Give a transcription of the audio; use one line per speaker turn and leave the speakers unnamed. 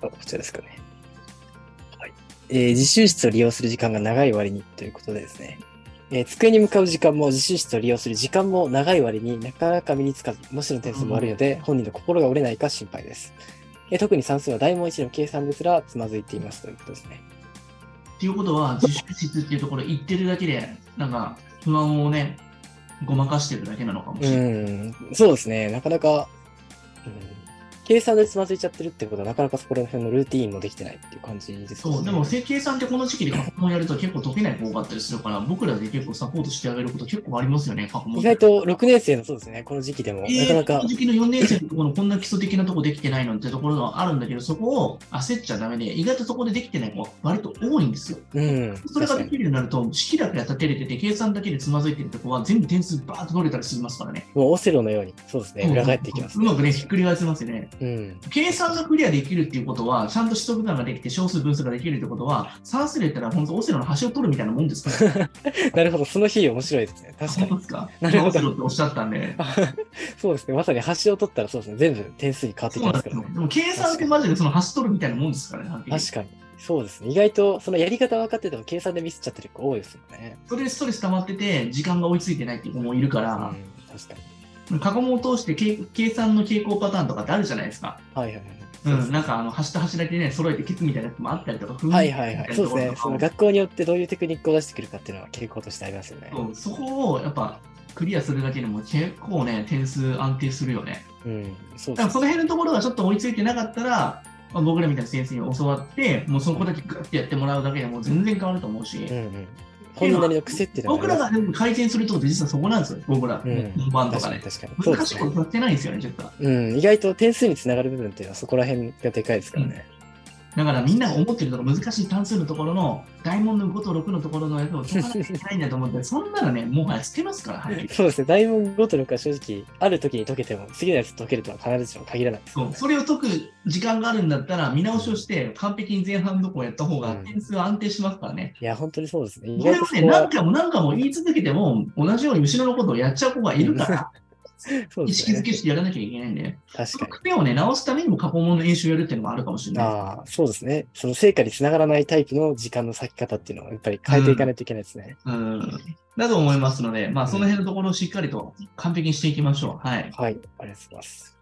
あこちらですかね。はいえー自習室を利用する時間が長い割にということでですね、えー机に向かう時間も自習室を利用する時間も長い割になかなか身につかず、模試の点数も悪いので、本人の心が折れないか心配です。えー特に算数は大問1の計算ですらつまずいていますということですね。
っていうことは、自習室っていうところ行ってるだけで、なんか不安をね、ごまかしてるだけなのかもしれない。
うん、そうですね、なかなか、うん、計算でつまずいちゃってるってことは、なかなかそこら辺のルーティーンもできてないっていう感じですよね
そう、でも、整形さんってこの時期で過去問やると結構解けない子があったりするから、僕らで結構サポートしてあげること結構ありますよね、過去問。
意外と6年生のそうですね、この時期でも、
えー
なかなか
この、時期の4年生のところのこんな基礎的なとこできてないのってところがあるんだけど、そこを焦っちゃダメで、意外とそこでできてない子が割と多いんですよ。
うん、
それが
確か
で
に
きるようになると、式だけは立てれてて、計算だけでつまずいてるとこは全部点数バーッと取れたりしますからね。
もうオセロのように、そうですね、裏返っていきます、
うまくね、ひっくり返せますよね。
うん、
計算がクリアできるっていうことは、ちゃんと指則ができて、小数分数ができるってことは、算数で言ったら、本当オセロの端を取るみたいなもんです から、
なるほど、その日面白いですね、確か
本当
に。
ですか
なる ほど
オセロっておっしゃったんで、
そうですね、まさに端を取ったら、そうですね、全部点数に変わって
そ
き
うなん
ま
です
か
すよ
らね。。
でも計算ってマジでその端取るみたいなもんですからね、はっきり言って
確かに。そうですね、意外とそのやり方分かってても計算でミスっちゃってる子多いですもんね。
それでストレス溜まってて、時間が追いついてないっていう子もいるか
うん、
ら、
確かに。
過去問を通して計計算の傾向パターンとかってあるじゃないですか。
はいはいはい。
う
そうです
ん、なんかあの端と端だけね、揃えてケツみたいなやつもあったりとか、
はいはいはい。そうですね。そ
そ
の学校によってどういうテクニックを出してくるかっていうのは傾向としてありますよね。
そうそこをやっぱクリアするだけでも結構ね、点数安定するよね。
うん。そう
だ
です
からその辺のところがちょっと追いついてなかったら、まあ僕らみたいな先生に教わって、もうそこだけグッてやってもらうだけでもう全然変わると思うし、
ね。うんうん。本人なりの癖っていうの
僕ら
が
が
あり
全部改善するとこって実はそこなんですよ、僕ら、
うん
本番
ま
と
す
か
ね。
ね。
確かに確かに。そうで
難し
す
い
ね
こ。とやってないんですよね、ちょっと。
うん。意外と点数につながる部分っていうのはそこら辺がでかいですからね。
だからみんなが思ってるところ、難しい単数のところの、大問の5と6のところのやつを解かなきゃいけないんだと思って、そんなのね、もはや捨てますから、はっきり
そうですね。大問ごとのは正直、ある時に解けても、次のやつ解けるとは必ずしも限らないですか
そ
ら
う
ね。
それを解く時間があるんだったら、見直しをして、完璧に前半のとこをやった方が
うん
点数は安定しますからね。
いや、本当にそうですね。意
これ
外と
を
そ
ね、
こ
何
は、
回も何回も言い続けても、同じように後ろのことをやっちゃう子がいるから、
そう
意
です
識づ
ね。
けしてやらなきゃいけないんで、
確
そ
か
の
に。
癖をね、直すためにも過去問の演習をやるっていうのもあるかもしれない。
ああ、そうですね。その成果につながらないタイプの時間の割き方っていうのをやっぱり変えていかないといけないですね。
うん。だと思いますので、まあ、その辺のところをしっかりと完璧にしていきましょう。はい。
はい、ありがとうございます。